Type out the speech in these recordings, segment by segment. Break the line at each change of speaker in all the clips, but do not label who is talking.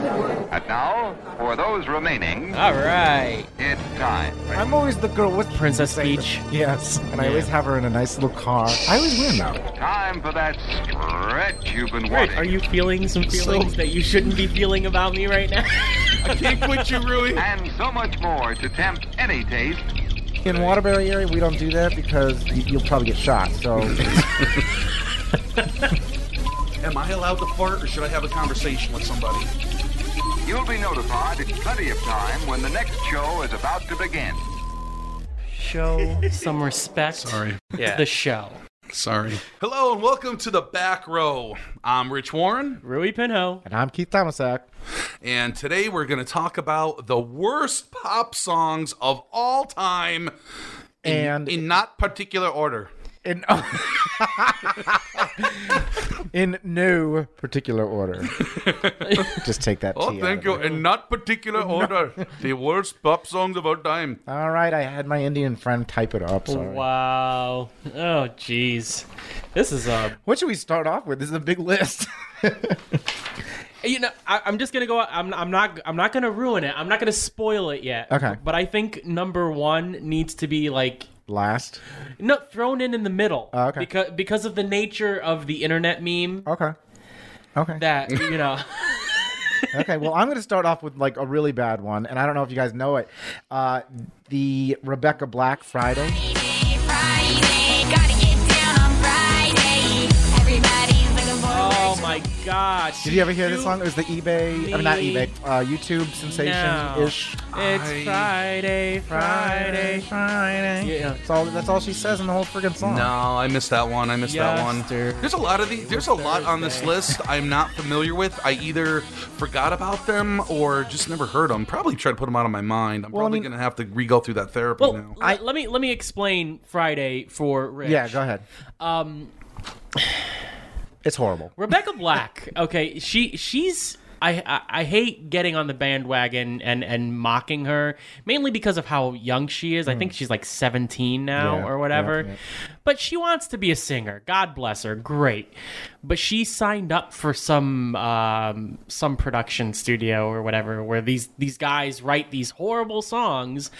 And now, for those remaining,
All right.
it's time.
I'm always the girl with
Princess
Saber.
Peach.
Yes, and I always have her in a nice little car. I always win though.
Time for that stretch you've been
Right,
wanting.
are you feeling some feelings that you shouldn't be feeling about me right now?
I can't quit you, Rui.
And so much more to tempt any taste.
In Waterbury area, we don't do that because you, you'll probably get shot. So
Am I allowed to fart, or should I have a conversation with somebody?
You'll be notified in plenty of time when the next show is about to begin.
Show some respect
Sorry.
to the show.
Sorry. Hello, and welcome to the back row. I'm Rich Warren,
Rui Pinho.
and I'm Keith Thomasak.
and today we're going to talk about the worst pop songs of all time
And
in not particular order.
in in no particular order. Just take that.
Oh,
tea out
thank
of
you.
it.
In not particular order. the worst pop songs of all time.
All right, I had my Indian friend type it up. Sorry.
Wow. Oh, jeez. This is uh, a.
What should we start off with? This is a big list.
You know, I, I'm just gonna go. out- I'm, I'm not. I'm not gonna ruin it. I'm not gonna spoil it yet.
Okay.
But I think number one needs to be like
Last.
no thrown in in the middle.
Oh, okay. Oh.
Because because of the nature of the internet meme
Okay. Okay.
that you know.
okay, well, I'm going to start off with like a really bad one, and I don't know if you guys know it. Uh, the Rebecca Black Friday.
Friday, gotta get down on Friday. Everybody's looking forward
Oh my gosh.
Did you ever hear this song? It was the eBay, I mean, not eBay, uh, YouTube sensation ish.
It's
I-
Friday, Friday.
Friday.
Yeah.
That's all. That's all she says in the whole freaking song.
No, I missed that one. I missed that one.
Yester-
There's a lot of these. There's a lot on this list I'm not familiar with. I either forgot about them or just never heard them. Probably try to put them out of my mind. I'm
Well, I
probably
mean-
gonna have to re go through that therapy
Well,
now.
l- let me let me explain Friday for Rich.
Yeah, go ahead.
Um,
It's horrible.
Rebecca Black. Okay, she she's I, I I hate getting on the bandwagon and and mocking her mainly because of how young she is. I think she's like 17 now
Hmm. Yeah,
or whatever.
yeah, yeah.
But she wants to be a singer. God bless her. Great. But she signed up for some um, some production studio or whatever where these these guys write these horrible songs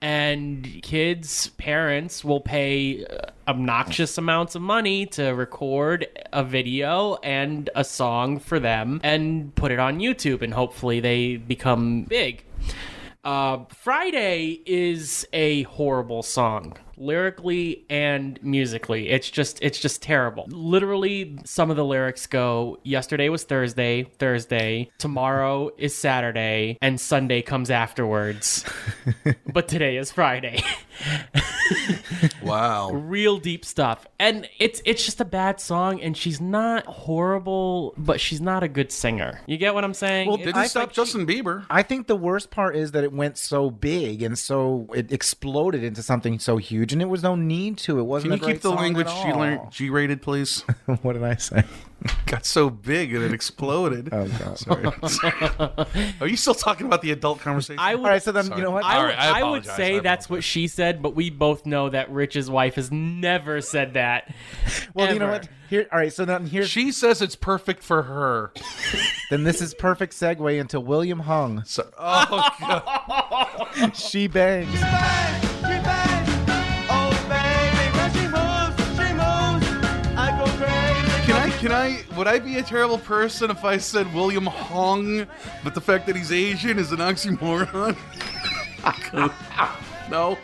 and kids parents will pay uh, obnoxious amounts of money to record a video and a song for them and put it on YouTube and hopefully they become big. Uh, Friday is a horrible song lyrically and musically. It's just it's just terrible. Literally some of the lyrics go yesterday was Thursday, Thursday, tomorrow is Saturday and Sunday comes afterwards. but today is Friday.
wow.
Real deep stuff. And it's it's just a bad song and she's not horrible, but she's not a good singer. You get what I'm saying?
Well,
It-
Didn't
I
stop
think
Justin Bieber.
I think the worst part is that it went so big and so it exploded into something so huge, and it was no need to. It wasn't.
Can you
a great
keep the
song
language
at
G
all.
learn- G rated, please?
what did I say?
Got so big and it exploded.
Oh God.
Sorry. Are you still talking about the adult conversation?
I would
All right, so then you know what?
I,
All
would-
right, I
I would
apologize,
say
I
that's what she said, but we both know that Rich's wife has never said that.
well, you know
ever.
what? Here, all right. So then here's
she says it's perfect for her.
Then this is perfect segue into William Hung.
So, oh God.
She bangs.
Can I? Can I? Would I be a terrible person if I said William Hong, but the fact that he's Asian is an oxymoron? no.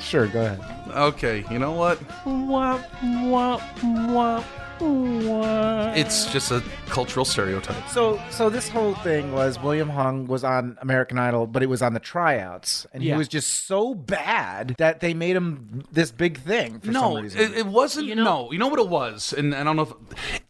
Sure, go ahead.
Okay. You know what?
Wah, wah, wah, wah.
It's just a cultural stereotype.
So, so this whole thing was William Hung was on American Idol, but it was on the tryouts, and
Yeah.
he was just so bad that they made him this big thing for
no,
some reason.
It, it wasn't. no, you know what it was, and, and I don't know. if...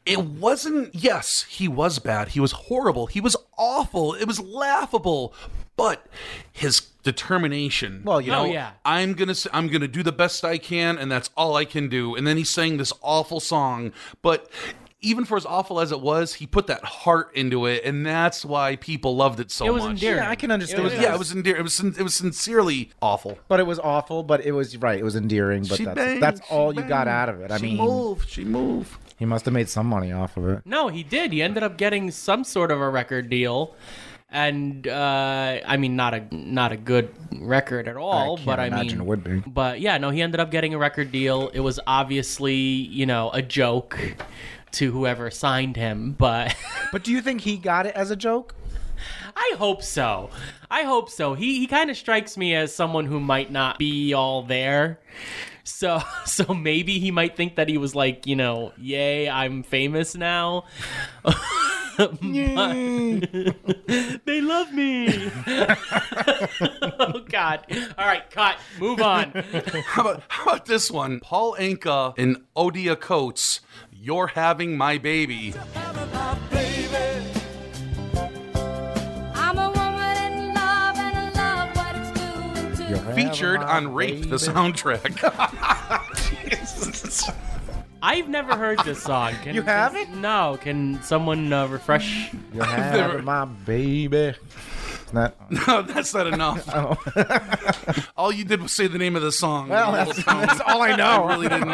It wasn't. Yes, he was bad. He was horrible. He was awful. It was laughable. But his determination.
Well, you
Oh,
know,
yeah.
I'm gonna s- I'm gonna do the best I can, and that's all I can do. And then he sang this awful song, but. Even for as awful as it was, he put that heart into it, and that's why people loved it so
It was
much.
endearing.
yeah, I can understand.
It was-
Yeah, it was endearing. It was sin- it was sincerely awful.
but it was awful. But it was right. It was endearing. But
She
that's
banged,
that's
she
all you got
banged.
out of it. I
she
mean,
moved. She moved.
he must have made some money off of it.
no, he did. He ended up getting some sort of a record deal. and uh, I mean, not a not a good record at all.
can't
but I
imagine
mean,
it would be.
But yeah, no, he ended up getting a record deal. It was obviously you know a joke to whoever signed him, but.
But do you think he got it as a joke?
I hope so. I hope so. He he kind of strikes me as someone who might not be all there. So so maybe he might think that he was like, you know, yay, I'm famous now. But- they love me. oh God! All right, cut. Move on.
How about how about this one? Paul Anka and Odia Coates. You're having my baby.
I'm a woman in love and I love what it's doing to me.
Featured on Rape, the soundtrack.
I've never heard this song. Can,
You haven't?
No. Can someone uh, refresh?
You're having my baby. It's not.
no, that's not enough. All you did was say the name of the song.
Oh. Well,
You
that's,
little
that's all I
I
know.
really didn't.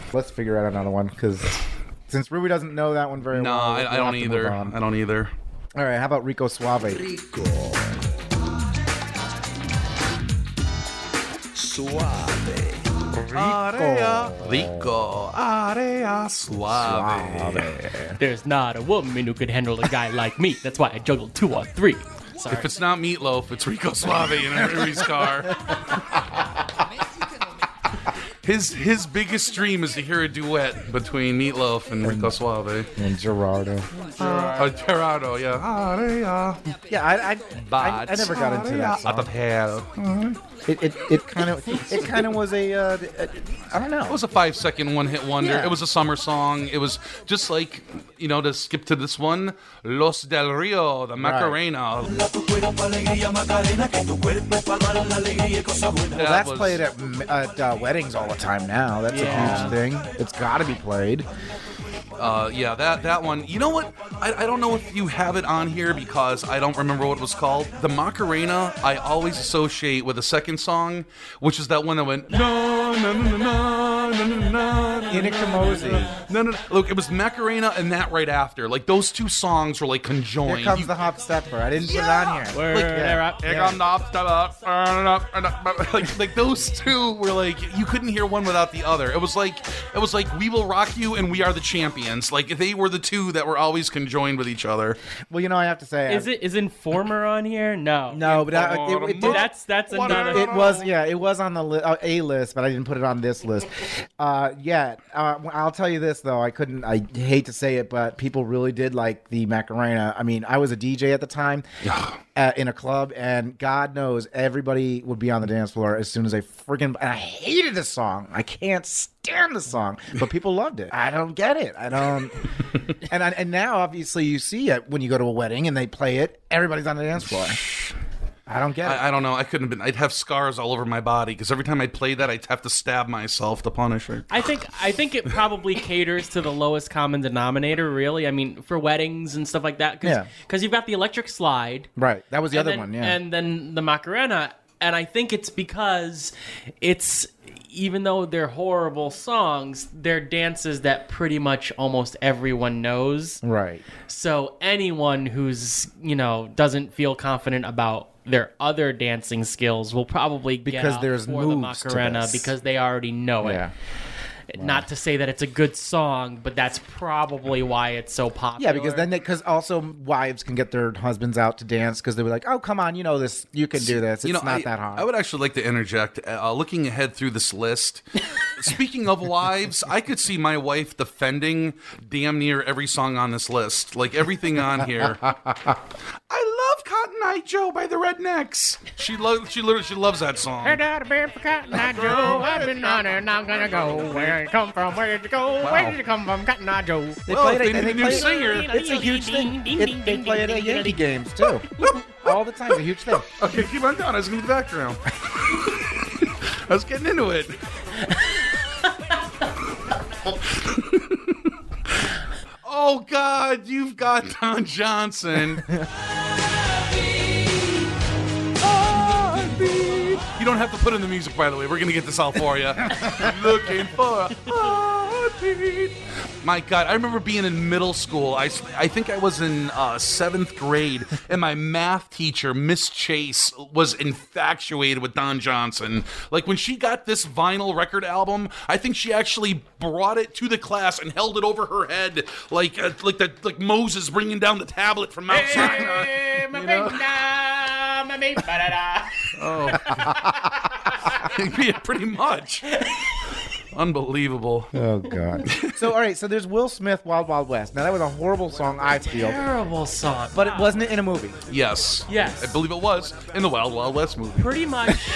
Let's figure out another one because since Ruby doesn't know that one very
No,
well, we'll
I, I
have
don't
to move
either.
on.
I don't either.
All right, how about Rico Suave?
Area rico, area suave.
There's not a woman who could handle a guy like me. That's why I juggled two or three. Sorry.
If it's not meatloaf, it's Rico Suave in everybody's car. His his biggest dream is to hear a duet between Meatloaf and Rico Suave.
And Gerardo.
Uh, Gerardo, yeah. Aria,
Yeah, I, I, I, I
But-
never got into that
out
song.
of hell.
It, it, it kind of, it kind of was a, uh, a- I don't know.
It was a five second one hit wonder.
Yeah.
It was a summer song. It was just like, you know, to skip to this one Los del Rio, the Macarena.
Well,
That
that's
was-
played at, m- at uh, weddings all the time now. That's
Yeah.
a huge thing. It's got to be played.
Uh, yeah, that that one. You know what? I, I don't know if you have it on here because I don't remember what it was called. The Macarena I always associate with the second song, which is that one that went no no no no no no no no
Ina Kamosi.
no no. no." Look, it was Macarena and that right after. Like those two songs were like conjoined.
Here comes
You-
the hop stepper. I didn't put it on here.
Word up.
Here comes the hop step up, turn up, turn up. like, like those two were like you couldn't hear one without the other. It was like it was like we will rock you and we are the champions. Like they were the two that were always conjoined with each other.
Well, you know, I have to say,
Is it is Informer on here? No.
No, but I, it, it, did,
That's that's another.
it was yeah, it was on the li- uh, a list, but I didn't put it on this list. Uh, yeah, uh, I'll tell you this though, I couldn't. I hate to say it, but people really did like the Macarena. I mean, I was a DJ at the time uh, in a club, and God knows everybody would be on the dance floor as soon as I freaking. And I hated this song. I can't stand the song, but people loved it. I don't get it. I don't. and I, and now obviously you see it when you go to a wedding and they play it. Everybody's on the dance floor. I don't get it.
I, I don't know. I couldn't have been. I'd have scars all over my body because every time I played that, I'd have to stab myself to punish her.
I think I think it probably caters to the lowest common denominator. Really, I mean, for weddings and stuff like that. Cause,
Yeah.
'cause you've got the electric slide.
Right. That was the
and
other
then-
one, yeah.
And then the Macarena, and I think it's because it's. Even though they're horrible songs, they're dances that pretty much almost everyone knows.
right.
So anyone who's you know doesn't feel confident about their other dancing skills will probably get
Because
out
there's
for the
moves to
Macarena
this.
because they already know it.
Yeah.
Not to say that it's a good song, but that's probably why it's so popular.
Yeah, because then because also wives can get their husbands out to dance because they were like, oh come on, you know this, you can do this. It's not
I,
that hard.
I would actually like to interject. Uh, looking ahead through this list, speaking of wives, I could see my wife defending damn near every song on this list. Like everything on here. I love Cotton Eye Joe by the Rednecks. She loves. She literally. She loves that song.
Heard out of bed for Cotton Eye Joe. I've been on her and I'm gonna go. Where did you come from? Where did you go? Where did you come from, Cotton Eye Joe?
they
Well,
play
if
it.
they
and
need a new
play it-
singer.
It's a huge thing. It, they play it at Yankee games too, all the time. It's a huge thing.
Okay, keep on down. I was gonna be the background. I was getting into it. oh God, you've got Don Johnson. Heartbeat. You don't have to put in the music, by the way. We're gonna get this all for you. Looking for a heartbeat. My God, I remember being in middle school. I, s- I think I was in uh, seventh grade, and my math teacher, Miss Chase, was infatuated with Don Johnson. Like when she got this vinyl record album, I think she actually brought it to the class and held it over her head, like uh, like the, like Moses bringing down the tablet from Mount
uh,
Sinai. Yeah, pretty much. Unbelievable.
Oh god. so all right. So there's Will Smith, Wild Wild West. Now that was a horrible song, I feel,
Terrible song.
but it wasn't it in a movie.
Yes.
Yes.
I believe it was in the Wild Wild West movie.
pretty much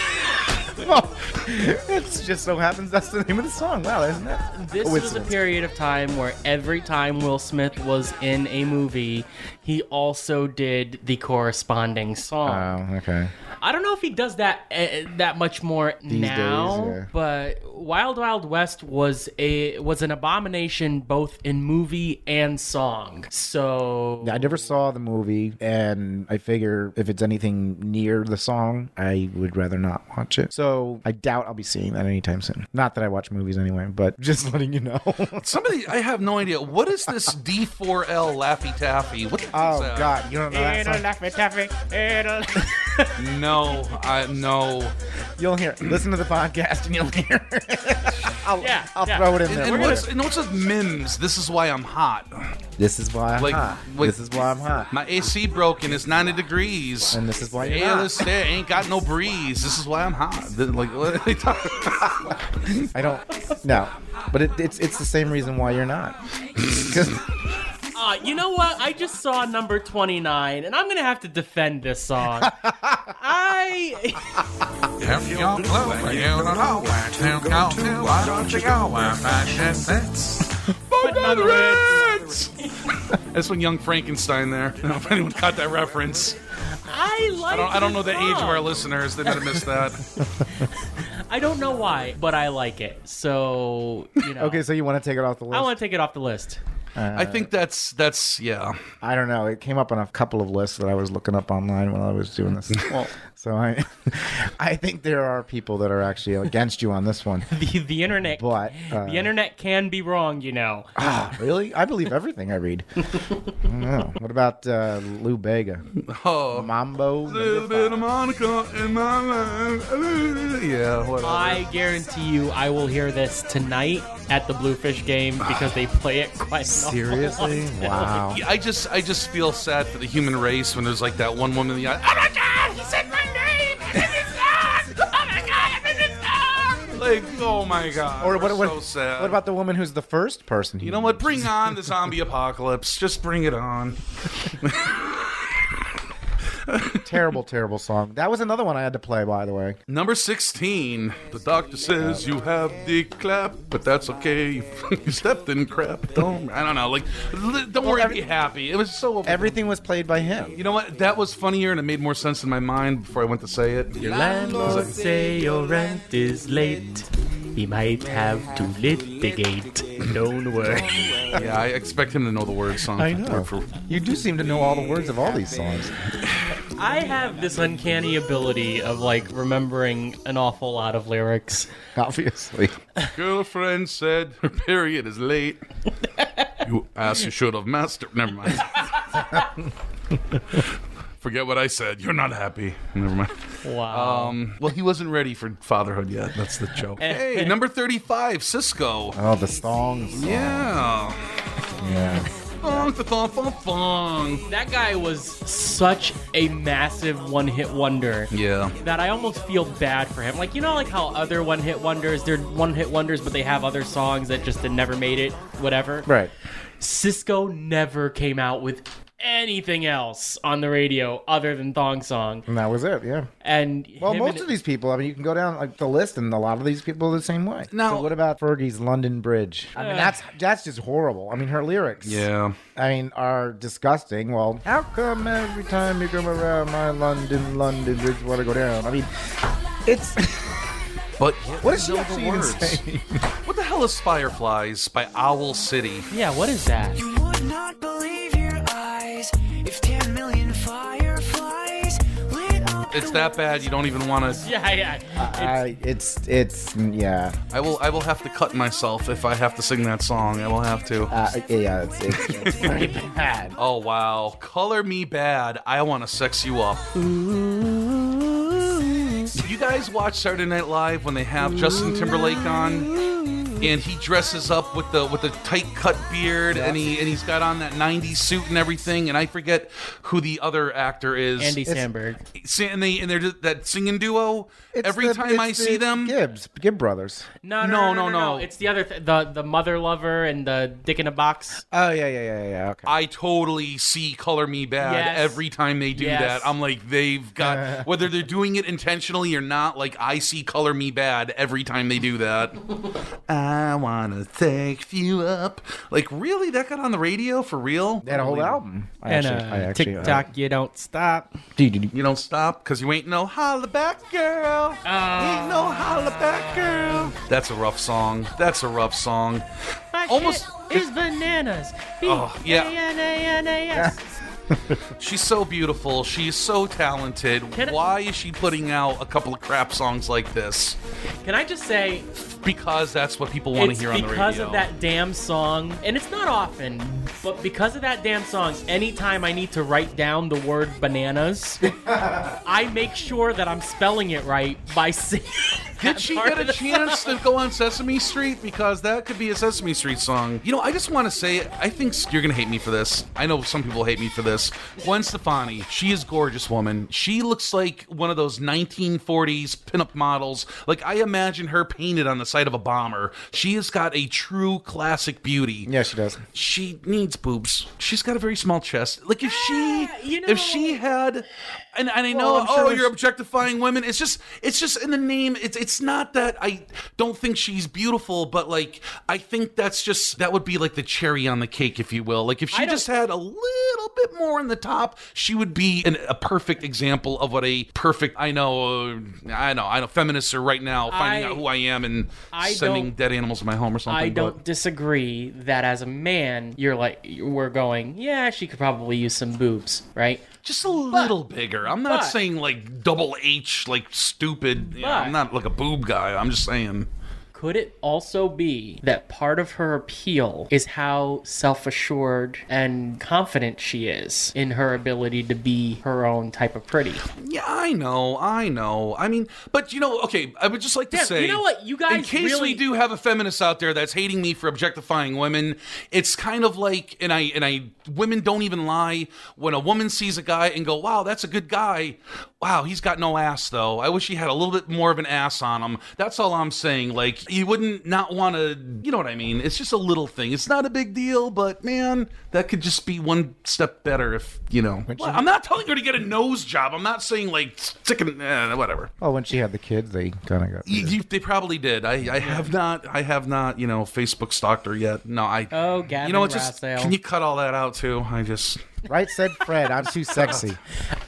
Well, it just so happens that's the name of the song. Wow, isn't that?
this was a
coincidence?
period of time where every time Will Smith was in a movie, he also did the corresponding song.
Oh, okay.
I don't know if he does that uh, that much more now,
days, yeah.
but Wild Wild West was a was an abomination both in movie and song. So
Yeah, I never saw the movie, and I figure if it's anything near the song, I would rather not watch it. So I doubt I'll be seeing that anytime soon. Not that I watch movies anyway, but just letting you know. oh
Somebody, I have no idea. What is this D4L Laffy Taffy? What the fuck's that?
Oh, God, you don't know that
It'll
song.
laugh it, taffy. It'll.
No, I no.
You'll hear. It. Listen to the podcast, and you'll hear. I'll,
Yeah,
I'll
yeah.
throw it in
And,
there.
and
later.
what's, and what's with Mims? This is why I'm hot.
This is why I'm
Like-
hot.
like-
this is why I'm hot.
My AC broken. It's 90 degrees.
And this is why you're
Hey,
hot.
listen, there ain't got no breeze. This is why I'm hot. Th- Like, what are they talking about?
I don't. No, but it, it's it's the same reason why you're not. 'Cause-
Uh, you know what? I just saw number 29, and I'm going to have to defend this song. I.
If you're blue and you don't know where to go to, why don't you go where fashion sits?
That's when Young Frankenstein there. I don't know if anyone caught that reference.
I like
I don't, I don't know the
this
age of our
song.
listeners. They might have missed that.
I don't know why, but I like it. So, you know.
okay, so you want to take it off the list?
I want to take it off the list.
I think that's that's yeah.
I don't know. It came up on a couple of lists that I was looking up online while I was doing this. so I, I think there are people that are actually against you on this one.
The, the internet.
But uh,
The internet can be wrong, you know.
really, I believe everything I read. I don't know. What about uh, Lou Bega?
Oh,
Mambo.
little bit of Monica in my life. Yeah, whatever.
I guarantee you, I will hear this tonight at the Bluefish game because they play it quite
Seriously? Wow.
Yeah, I just I just feel sad for the human race when there's like that one woman in the eye. Oh my god, he said my name! It's his dog! Oh my god, it's his dog! Like, oh my god.
Or what, what,
we're so sad.
what about the woman who's the first person?
You know what? Bring on the zombie apocalypse. Just bring it on.
Terrible, terrible song. That was another one I had to play, by the way.
Number 16. The doctor says you have the clap, but that's okay. you stepped in crap. Don't, I don't know. Like, li- don't worry,
every-
be happy. It was so.
Everything was played by him.
you know what? That was funnier and it made more sense in my mind before I went to say it.
Your landlord say your rent is late. He might have to litigate. Don't worry.
Yeah, I expect him to know the word song.
I know.
word for-
You do seem to know all the words of all these songs.
I have this uncanny ability of like remembering an awful lot of lyrics.
Obviously.
Girlfriend said her period is late. you ass, you should have mastered. Never mind. Forget what I said. You're not happy. Never mind.
Wow.
Um, well, he wasn't ready for fatherhood yet. That's the joke. hey, number 35, Cisco.
Oh, the songs.
Yeah.
Yeah.
Thong, thong, thong, thong, thong.
that guy was such a massive one-hit wonder.
Yeah.
that I almost feel bad for him. Like you know, like how other one hit wonders, they're one hit wonders, but they have other songs that just never made it. Whatever.
Right.
Cisco never came out with anything else on the radio other than Thong Song,
And that was it. Yeah.
and
Well,
him
most
and-
of these people, I mean, you can go down like the list, and a lot of these people are the same way.
Now-
so what about Fergie's London Bridge? I mean, that's that's just horrible. I mean, her lyrics,
Yeah.
I mean, are disgusting. Well, how come every time you come around my London, London Bridge, wanna go down? I mean, it's
But
what is she
know
actually
the
even
words.
saying?
What the hell is Fireflies by Owl City?
yeah, what is that?
You would not believe your eyes if 10 million fireflies lit up
it's that bad. You don't even want to.
Yeah, yeah.
I, it's it's yeah
I will. I will have to cut myself if I have to sing that song. I will have to.
uh, yeah it's, it's, it's pretty bad.
Oh wow, color me bad. I want to sex you up. You guys watch Saturday Night Live when they have Justin Timberlake on, and he dresses up with the with the tight cut beard, and he and he's got on that '90s suit and everything. And I forget who the other actor is.
Andy Samberg.
See, and they and they're just- that singing duo.
It's
Every
the-
time
it's
I
the
see them,
Gibbs Gibb brothers.
No,
No,
no, no,
no,
no, no,
no.
It's the other, th- the the mother lover and the dick in a box.
Oh yeah yeah yeah yeah okay.
I totally see Color Me Bad
Yes.
every time they do
Yes.
that. I'm like, they've got, whether they're doing it intentionally or not, like, I see Color Me Bad every time they do that. I want to take you up. Like, really? That got on the radio for real?
That whole album. I
And
actually- I
uh,
actually- uh,
TikTok, you don't stop.
You don't stop because you ain't no holla back girl.
Oh.
ain't no holla back girl. That's a rough song. That's a rough song.
My
Almost-
shit is bananas.
Oh, yeah.
B-A-N-A-N-A-S.
She's so beautiful. She's so talented.
Can I-
Why is she putting out a couple of crap songs like this?
Can I just say,
because that's what people want to
it's
hear on the radio.
because of that damn song, and it's not often, but because of that damn song, anytime I need to write down the word bananas, I make sure that I'm spelling it right by singing.
Did she
part
get
of
a
the
chance to go on Sesame Street? Because that could be a Sesame Street song. You know, I just want to say, I think you're going to hate me for this. I know some people hate me for this. Gwen Stefani, she is a gorgeous woman. She looks like one of those 1940s pinup models. Like, I imagine her painted on the side of a bomber. She has got a true classic beauty.
Yeah, she does.
she needs boobs. She's got a very small chest. Like if she,
Ah, you know-
if she had, and, and I know,
I'm sure
oh,
there's-
you're objectifying women. It's just, it's just in the name. It's, it's not that I don't think she's beautiful, but like I think that's just that would be like the cherry on the cake, if you will. Like if she
I don't-
just had a little bit more in the top, she would be an, a perfect example of what a perfect. I know, uh, I know, I know. Feminists are right now finding
I-
out who I am and
I
sending
don't-
dead animals to my home or something.
I
but-
don't disagree that as a man, you're like, we're going, yeah, she could probably use some boobs, right?
just a little bigger. I'm not
but-
saying like double H, like stupid. You know,
But-
I'm not like a boob guy. I'm just saying.
Could it also be that part of her appeal is how self assured and confident she is in her ability to be her own type of pretty?
Yeah, I know, I know. I mean, but you know, okay. I would just like to
Damn,
say,
you know what? You
in
guys
case we
really-
do have a feminist out there that's hating me for objectifying women, it's kind of like, and I and I, women don't even lie. When a woman sees a guy and go, "Wow, that's a good guy," wow, he's got no ass though. I wish he had a little bit more of an ass on him. That's all I'm saying. Like, you wouldn't not want to, you know what I mean? It's just a little thing. It's not a big deal, but man, that could just be one step better if you know. Well, I'm not telling her to get a nose job. I'm not saying like sticking eh, whatever.
Oh, when she had the kids, they kind of got.
You, you, they probably did. I, I have not. I have not. You know, Facebook stalked her yet. No, I.
Oh, Gavin
you know what? Just
Rossdale.
can you cut all that out too? I just
Right said Fred. I'm too sexy.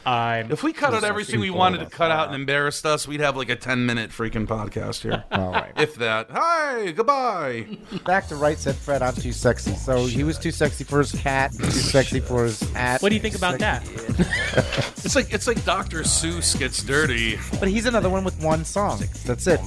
I'm
if we cut out
Those are
everything we
people
wanted to
that
cut out
are-
and embarrassed us, we'd have like a ten minute freaking podcast here.
All right.
if that. Hi. Goodbye.
Back to right said Fred. I'm too sexy. So he was too sexy for his cat. Too sexy for his hat.
What do you think about that?
It's like it's like Dr. Seuss gets dirty.
But he's another one with one song. That's it.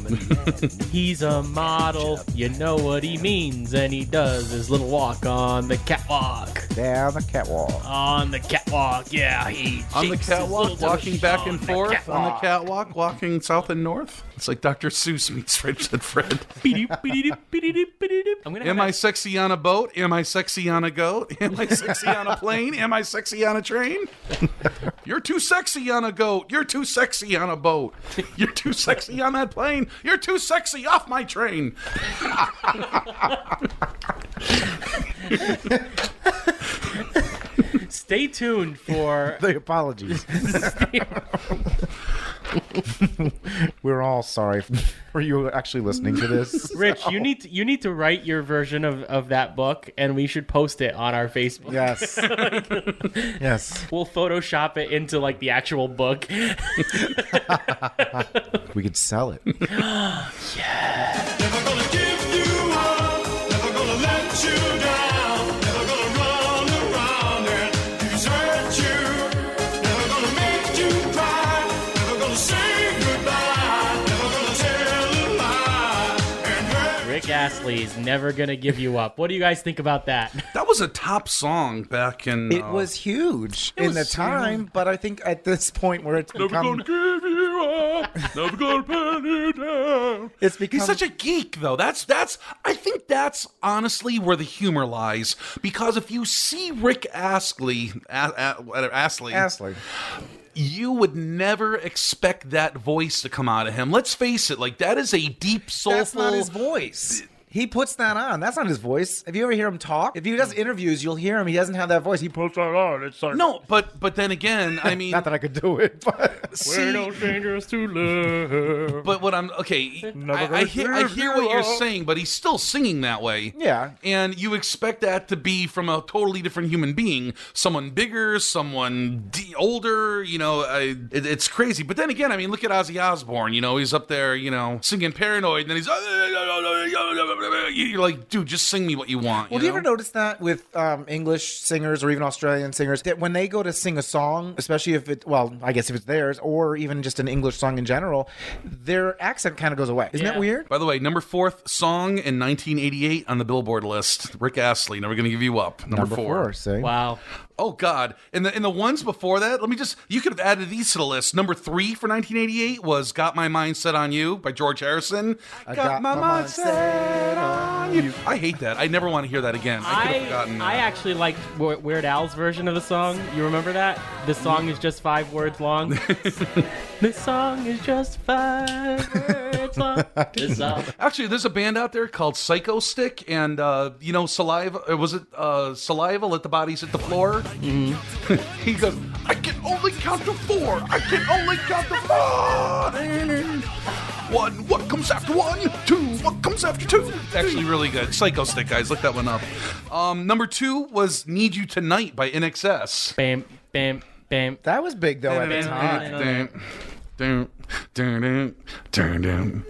He's a model, you know what he means, and he does his little walk on the catwalk.
Down the catwalk.
On the catwalk, yeah, he
On the
shakes his
catwalk,
little
walking
tush
back
on
and
the
forth. On the
catwalk.
catwalk, walking south and north. It's like Dr. Seuss meets Fred and Fred.
Beep-doop, beep-doop, beep-doop, beep-doop. I'm gonna
Am
have
I sexy on a boat? Am I sexy on a goat? Am I sexy on a plane? Am I sexy on a train? You're too sexy on a goat. You're too sexy on a boat. You're too sexy on that plane. You're too sexy off my train.
that- Stay tuned for
The apologies. We're all sorry for you actually listening to this.
Rich, you need to, you need to write your version of, of that book, and we should post it on our Facebook.
Yes. yes.
We'll Photoshop it into like the actual book.
We could sell it.
Never gonna give you up, never gonna let you down, never gonna run around and desert you, never gonna make you cry, never
Astley is never gonna give you up. What do you guys think about that?
That was a top song back in.
It
uh,
was huge in the
was-
time, but I think at this point where it's become
give you up. Never gonna pin you down.
it's become
He's such a geek, though. That's that's. I think that's honestly where the humor lies. Because if you see Rick Astley, A- A- whatever, Astley,
Astley.
you would never expect that voice to come out of him. Let's face it; like that is a deep, soulful.
That's not his voice. He puts that on. That's not his voice. If you ever hear him talk, if he does interviews, you'll hear him. He doesn't have that voice. He puts that on. It's like
No, but but then again, I mean,
Not that I could do it, but
see,
dangerous to love.
But what I'm okay, I, I,
gonna
hear, I
give
hear
you
what you're
up.
saying, but he's still singing that way.
Yeah.
and you expect that to be from a totally different human being, someone bigger, someone d- older. You know, I, it, it's crazy. But then again, I mean, look at Ozzy Osbourne. You know, he's up there, you know, singing "Paranoid," and then he's you're like, dude, just sing me what you want.
Well, do
you
you ever notice that with um, English singers or even Australian singers that when they go to sing a song, especially if it, well, I guess if it's theirs or even just an English song in general, their accent kind of goes away. Isn't that
Yeah.
weird?
By the way, number fourth song in 1988 on the Billboard list, Rick Astley. Never gonna give you up. Number,
see?
Wow.
Oh God! And the and the ones before that, let me just—you could have added these to the list. Number three for 1988 was "Got My Mind Set on You" by George Harrison. I
got my mind set
on you. I hate that. I never want to hear that again. I, could have uh,
I,
forgotten.
I
that.
actually liked Wi- Weird Al's version of the song. You remember that? The song is just five words long. this song is just five words long. This song.
actually, there's a band out there called Psycho Stick, and uh, you know, saliva. Or was it uh, saliva? Let the bodies hit the floor. he goes, "I can only count to four. I can only count to four. One, what comes after one? Two, what comes after two? It's actually really good. Psycho Stick, guys, look that one up. Um, number two was "Need You Tonight" by NXS.
Bam, bam, bam.
That was big though at the time.
I'm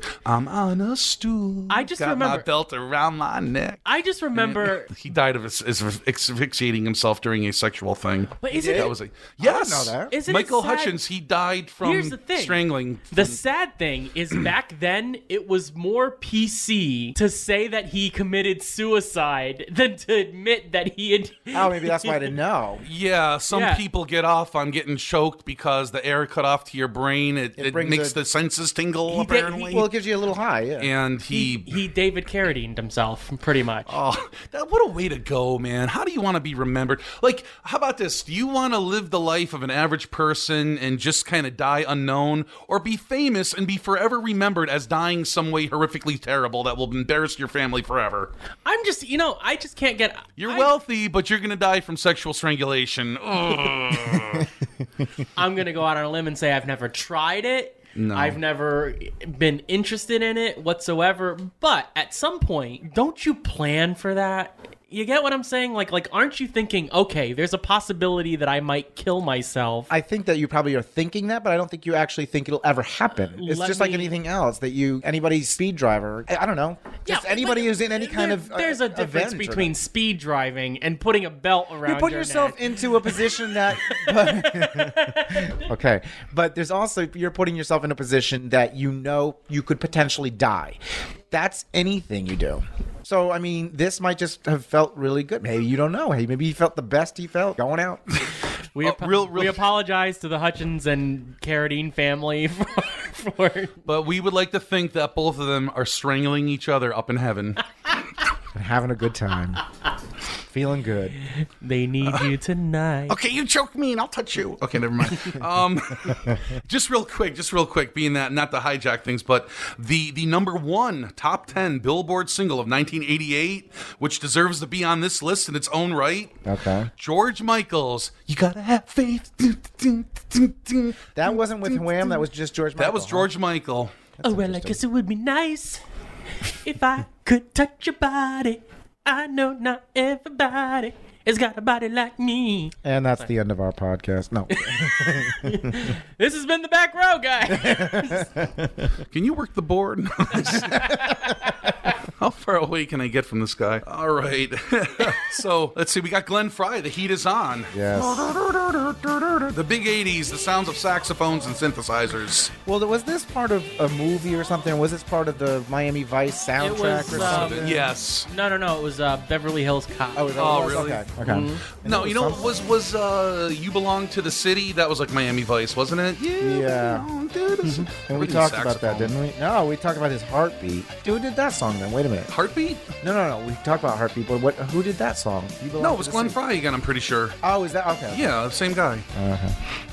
on a stool.
I just
got my
remember-
belt around my neck.
I just remember.
He died of as- as- asphyxiating himself during a sexual thing.
But isn't
That
it-
was a yes.
know that.
Isn't it
Michael
sad-
Hutchins. He died from
Here's the thing.
strangling.
The sad thing is, back then it was more PC to say that he committed suicide than to admit that he had.
Oh, maybe that's why I didn't know.
Yeah, some
Yeah.
people get off on getting choked because the air cut off to your brain. It, it,
brings
makes
a-
the senses tingle.
He did- he-
apparently,
Well, it gives you a little high, yeah.
and
He, he David Carradined himself, pretty much.
Oh, that, what a way to go, man. How do you want to be remembered? Like, how about this? Do you want to live the life of an average person and just kind of die unknown, or be famous and be forever remembered as dying some way horrifically terrible that will embarrass your family forever?
I'm just, you know, I just can't get.
You're
I-
wealthy, but you're going to die from sexual strangulation. Ugh.
I'm gonna go out on a limb and say I've never tried it. I've never been interested in it whatsoever. But at some point, don't you plan for that? You get what I'm saying? Like, like, aren't you thinking, okay, there's a possibility that I might kill myself?
I think that you probably are thinking that, but I don't think you actually think it'll ever happen. It's
Let
just like
me-
anything else that you anybody speed driver. I I don't know.
Yeah,
Just anybody
but
who's in any kind
there-
of uh,
There's a difference
event or-
between speed driving and putting a belt around.
You're putting
your
yourself
neck.
into a position that. okay, but there's also you're putting yourself in a position that you know you could potentially die. That's anything you do. So I mean, this might just have felt really good. Maybe you don't know. Hey, maybe he felt the best he felt going out. Oh,
We, apo-
real- real-
we apologize to the Hutchins and Carradine family for. for
but we would like to think that both of them are strangling each other up in heaven.
having a good time, feeling good.
they need you tonight.
Okay, you choke me and I'll touch you. Okay, never mind. Um, just real quick, just real quick. Being that not to hijack things, but the the number one top ten Billboard single of 1988, which deserves to be on this list in its own right.
Okay,
George Michael's "You Gotta Have Faith." That
that wasn't with Wham. That was just George. Michael,
was
huh?
George Michael.
oh well, I guess it would be nice if I could touch your body. I know not everybody has got a body like me.
And that's the end of our podcast. No,
This has been the back row, guys.
Can you work the board? How far away can I get from this guy? All right. so let's see. We got Glenn Fry. The heat is on.
Yes.
The big 80s, the sounds of saxophones and synthesizers.
Well, was this part of a movie or something? Was this part of the Miami Vice soundtrack
was,
or
um,
something?
Yes.
No, no, no. It was uh, Beverly Hills Cop.
Oh, is that
Oh,
what it was?
really?
Okay. Okay. And
No,
it
you know
something-
was was uh you belong to the city? That was like Miami Vice, wasn't it?
Yeah. Mm-hmm.
Belong to the Ci-
And we
Freaking
talked about that,
saxophone.
didn't we? No, we talked about his heartbeat. Dude, did that song then? Wait a minute.
Heartbeat?
No, no, no. We talked about heartbeat, but what? Who did that song? You belong
No,
to
it was
the
Glenn
city.
Fry again. I'm pretty sure.
Oh, is that okay?
Yeah, same guy.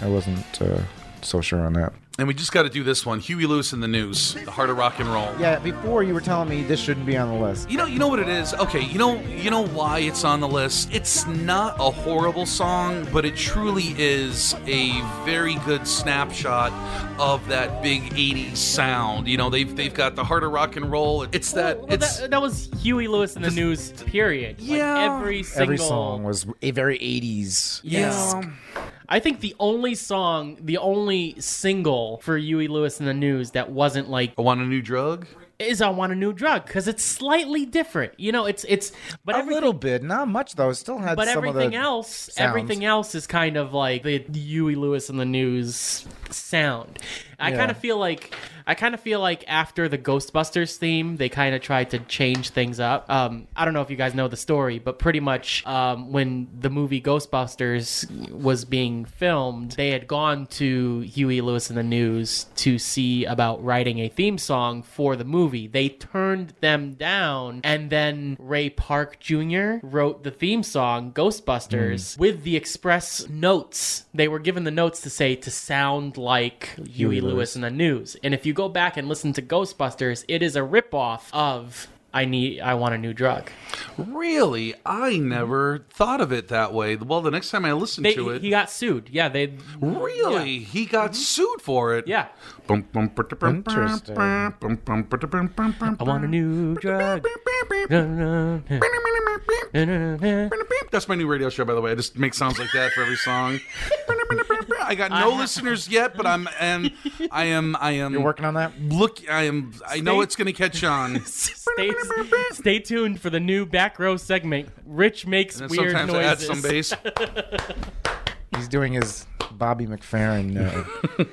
I wasn't uh, so sure on that.
And we just got to do this one. Huey Lewis in the news. The heart of rock and roll.
Yeah, before you were telling me this shouldn't be on the list.
You know, you know what it is. Okay, you know, you know why it's on the list. It's not a horrible song, but it truly is a very good snapshot of that big '80s sound. You know, they've they've got the heart of rock and roll. It's that.
Well,
it's
that, uh, that was Huey Lewis in the news. Period.
Yeah.
Like every single
Every song was a very 80s.
Yes. I think the only song, the only single for Huey Lewis in the news that wasn't like
I want a new drug.
is I want a new drug because it's slightly different. You know, it's it's but
A
everything,
little bit, not much though. It Still had
but
some of
everything
the
else, everything else is kind of like the Huey Lewis in the news sound. I
Yeah.
kind of feel like I kind of feel like after the Ghostbusters theme, they kind of tried to change things up. Um, I don't know if you guys know the story, but pretty much um, when the movie Ghostbusters was being filmed, they had gone to Huey Lewis in the news to see about writing a theme song for the movie. They turned them down, and then Ray Park Jr. wrote the theme song
Mm.
Ghostbusters with the express notes. They were given the notes to say to sound like Huey, Lewis. in the news. And if you go back and listen to Ghostbusters, it is a ripoff of I need I want a new drug.
Really, I never thought of it that way. Well, the next time I listen
They,
to it,
he got sued. Yeah, they
really, he got sued for it.
Yeah.
Bum, bum, ba, da, bum, bum,
Interesting.
bum, bum, ba, da, bum, bum, bum,
I want a new drug.
That's my new radio show, by the way. I just make sounds like that for every song. I got
Uh-huh.
no listeners yet, but I'm and I am I am
You're working on that?
Look, I am. I know
Stay-
it's going to catch on.
stay, stay tuned for the new back row segment. Rich makes
And
weird
sometimes I add
noises.
some bass.
He's doing his Bobby McFerrin. Uh,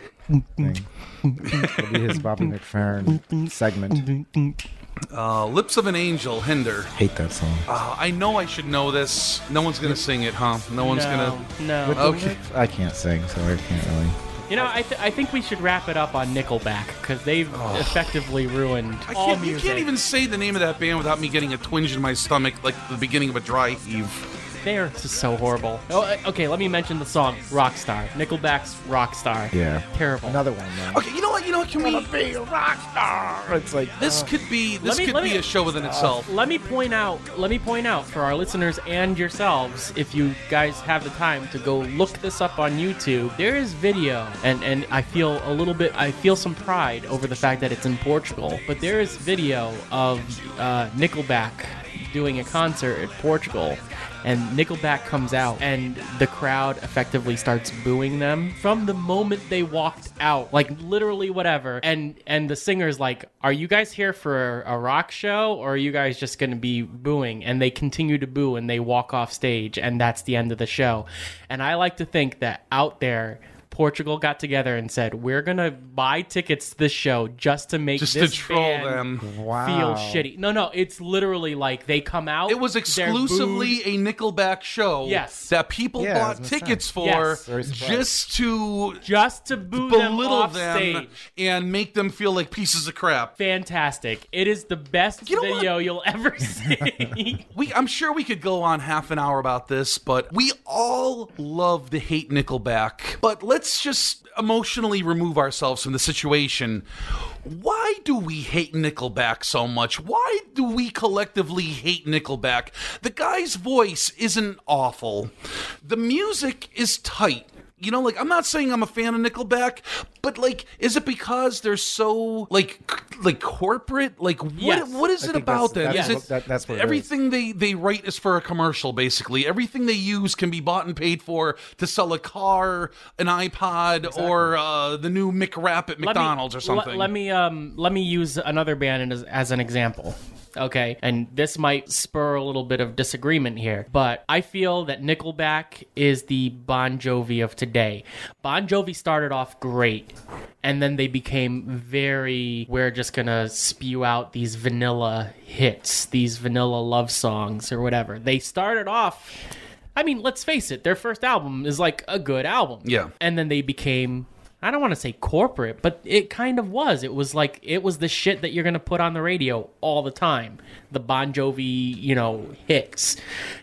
thing. It'll be his Bobby McFerrin segment.
Uh, Lips of an Angel, Hinder.
Hate that song.
Uh, I know I should know this. No one's going to sing it, huh? No one's
no,
going to.
no.
Okay.
I can't sing, so I can't really.
You know, I, th- I think we should wrap it up on Nickelback because they've effectively ruined
I
all
can't, you
music.
can't even say the name of that band without me getting a twinge in my stomach, like the beginning of a dry heave.
They are just so horrible. Oh, uh, okay. Let me mention the song "Rockstar." Nickelback's "Rockstar."
Yeah.
Terrible.
Another one, though.
Okay, you know what? You know what? Can we?
It's like
This could be. This
me-
could
let
be
me- Oh,
a show within itself.
Let me point out. Let me point out for our listeners and yourselves, if you guys have the time to go look this up on YouTube, there is video, and and I feel a little bit. I feel some pride over the fact that it's in Portugal, but there is video of uh, Nickelback doing a concert in Portugal. And Nickelback comes out, and the crowd effectively starts booing them from the moment they walked out, like literally whatever. And and the singer's like, "Are you guys here for a rock show, or are you guys just going to be booing?" And they continue to boo, and they walk off stage, and that's the end of the show. And I like to think that out there. Portugal got together and said, "We're gonna buy tickets to this show just to make
Just to
this
troll
band
them.
uh, Wow.
feel shitty." No, no, it's literally like they come out.
It was
they're
exclusively a Nickelback show.
Yes.
That people
Yeah,
bought
that's what I'm
tickets for
Yes.
Very surprised.
just to
just to boo them
belittle
off
them
stage.
and make them feel like pieces of crap.
Fantastic! It is the best
You know
video you'll ever see.
We, I'm sure we could go on half an hour about this, but we all love to hate Nickelback. But let's just emotionally remove ourselves from the situation. Why do we hate Nickelback so much? Why do we collectively hate Nickelback? The guy's voice isn't awful, the music is tight. You know, like I'm not saying I'm a fan of Nickelback, but like, is it because they're so like, c- like corporate? Like, what
Yes.
what is it
think
about
that's-
them?
that's
Is
what-
it
that- that's what it
everything
is.
everything they they write is for a commercial basically everything they use can be bought and paid for to sell a car an ipod or uh, the new mcwrap at
Let me-
mcdonald's or
le-
something
Let, me um let me use another band as, as an example. Okay. And this might spur a little bit of disagreement here, but I feel that Nickelback is the Bon Jovi of today. Bon Jovi started off great, and then they became very, we're just going to spew out these vanilla hits, these vanilla love songs or whatever. They started off. I mean, let's face it, their first album is like a good album.
Yeah.
And then they became I don't want to say corporate, but it kind of was. It was like it was the shit that you're going to put on the radio all the time. The Bon Jovi, you know, hits.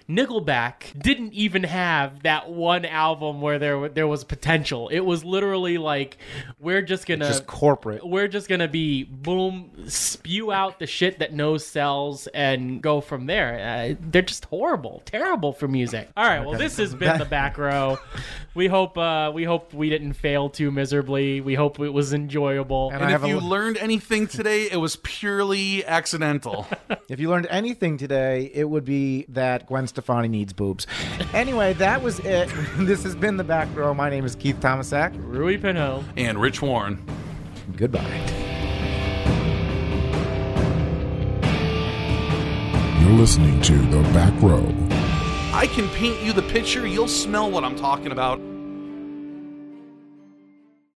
Nickelback didn't even have that one album where there there was potential. It was literally like we're just going to
Just corporate.
we're just gonna be boom spew out the shit that no sells and go from there uh, they're just horrible terrible for music all right well this has been the back row we hope uh we hope we didn't fail too miserably we hope it was enjoyable
And I
And
have
if
a
you
li-
learned anything today, it was purely accidental.
If you learned anything today, it would be that Gwen Stefani needs boobs. Anyway, that was it. This has been The Back Row. My name is Keith Thomasak.
rui pinho
and Rich Warren.
Goodbye.
You're listening to The Back Row.
I can paint you the picture, you'll smell what I'm talking about.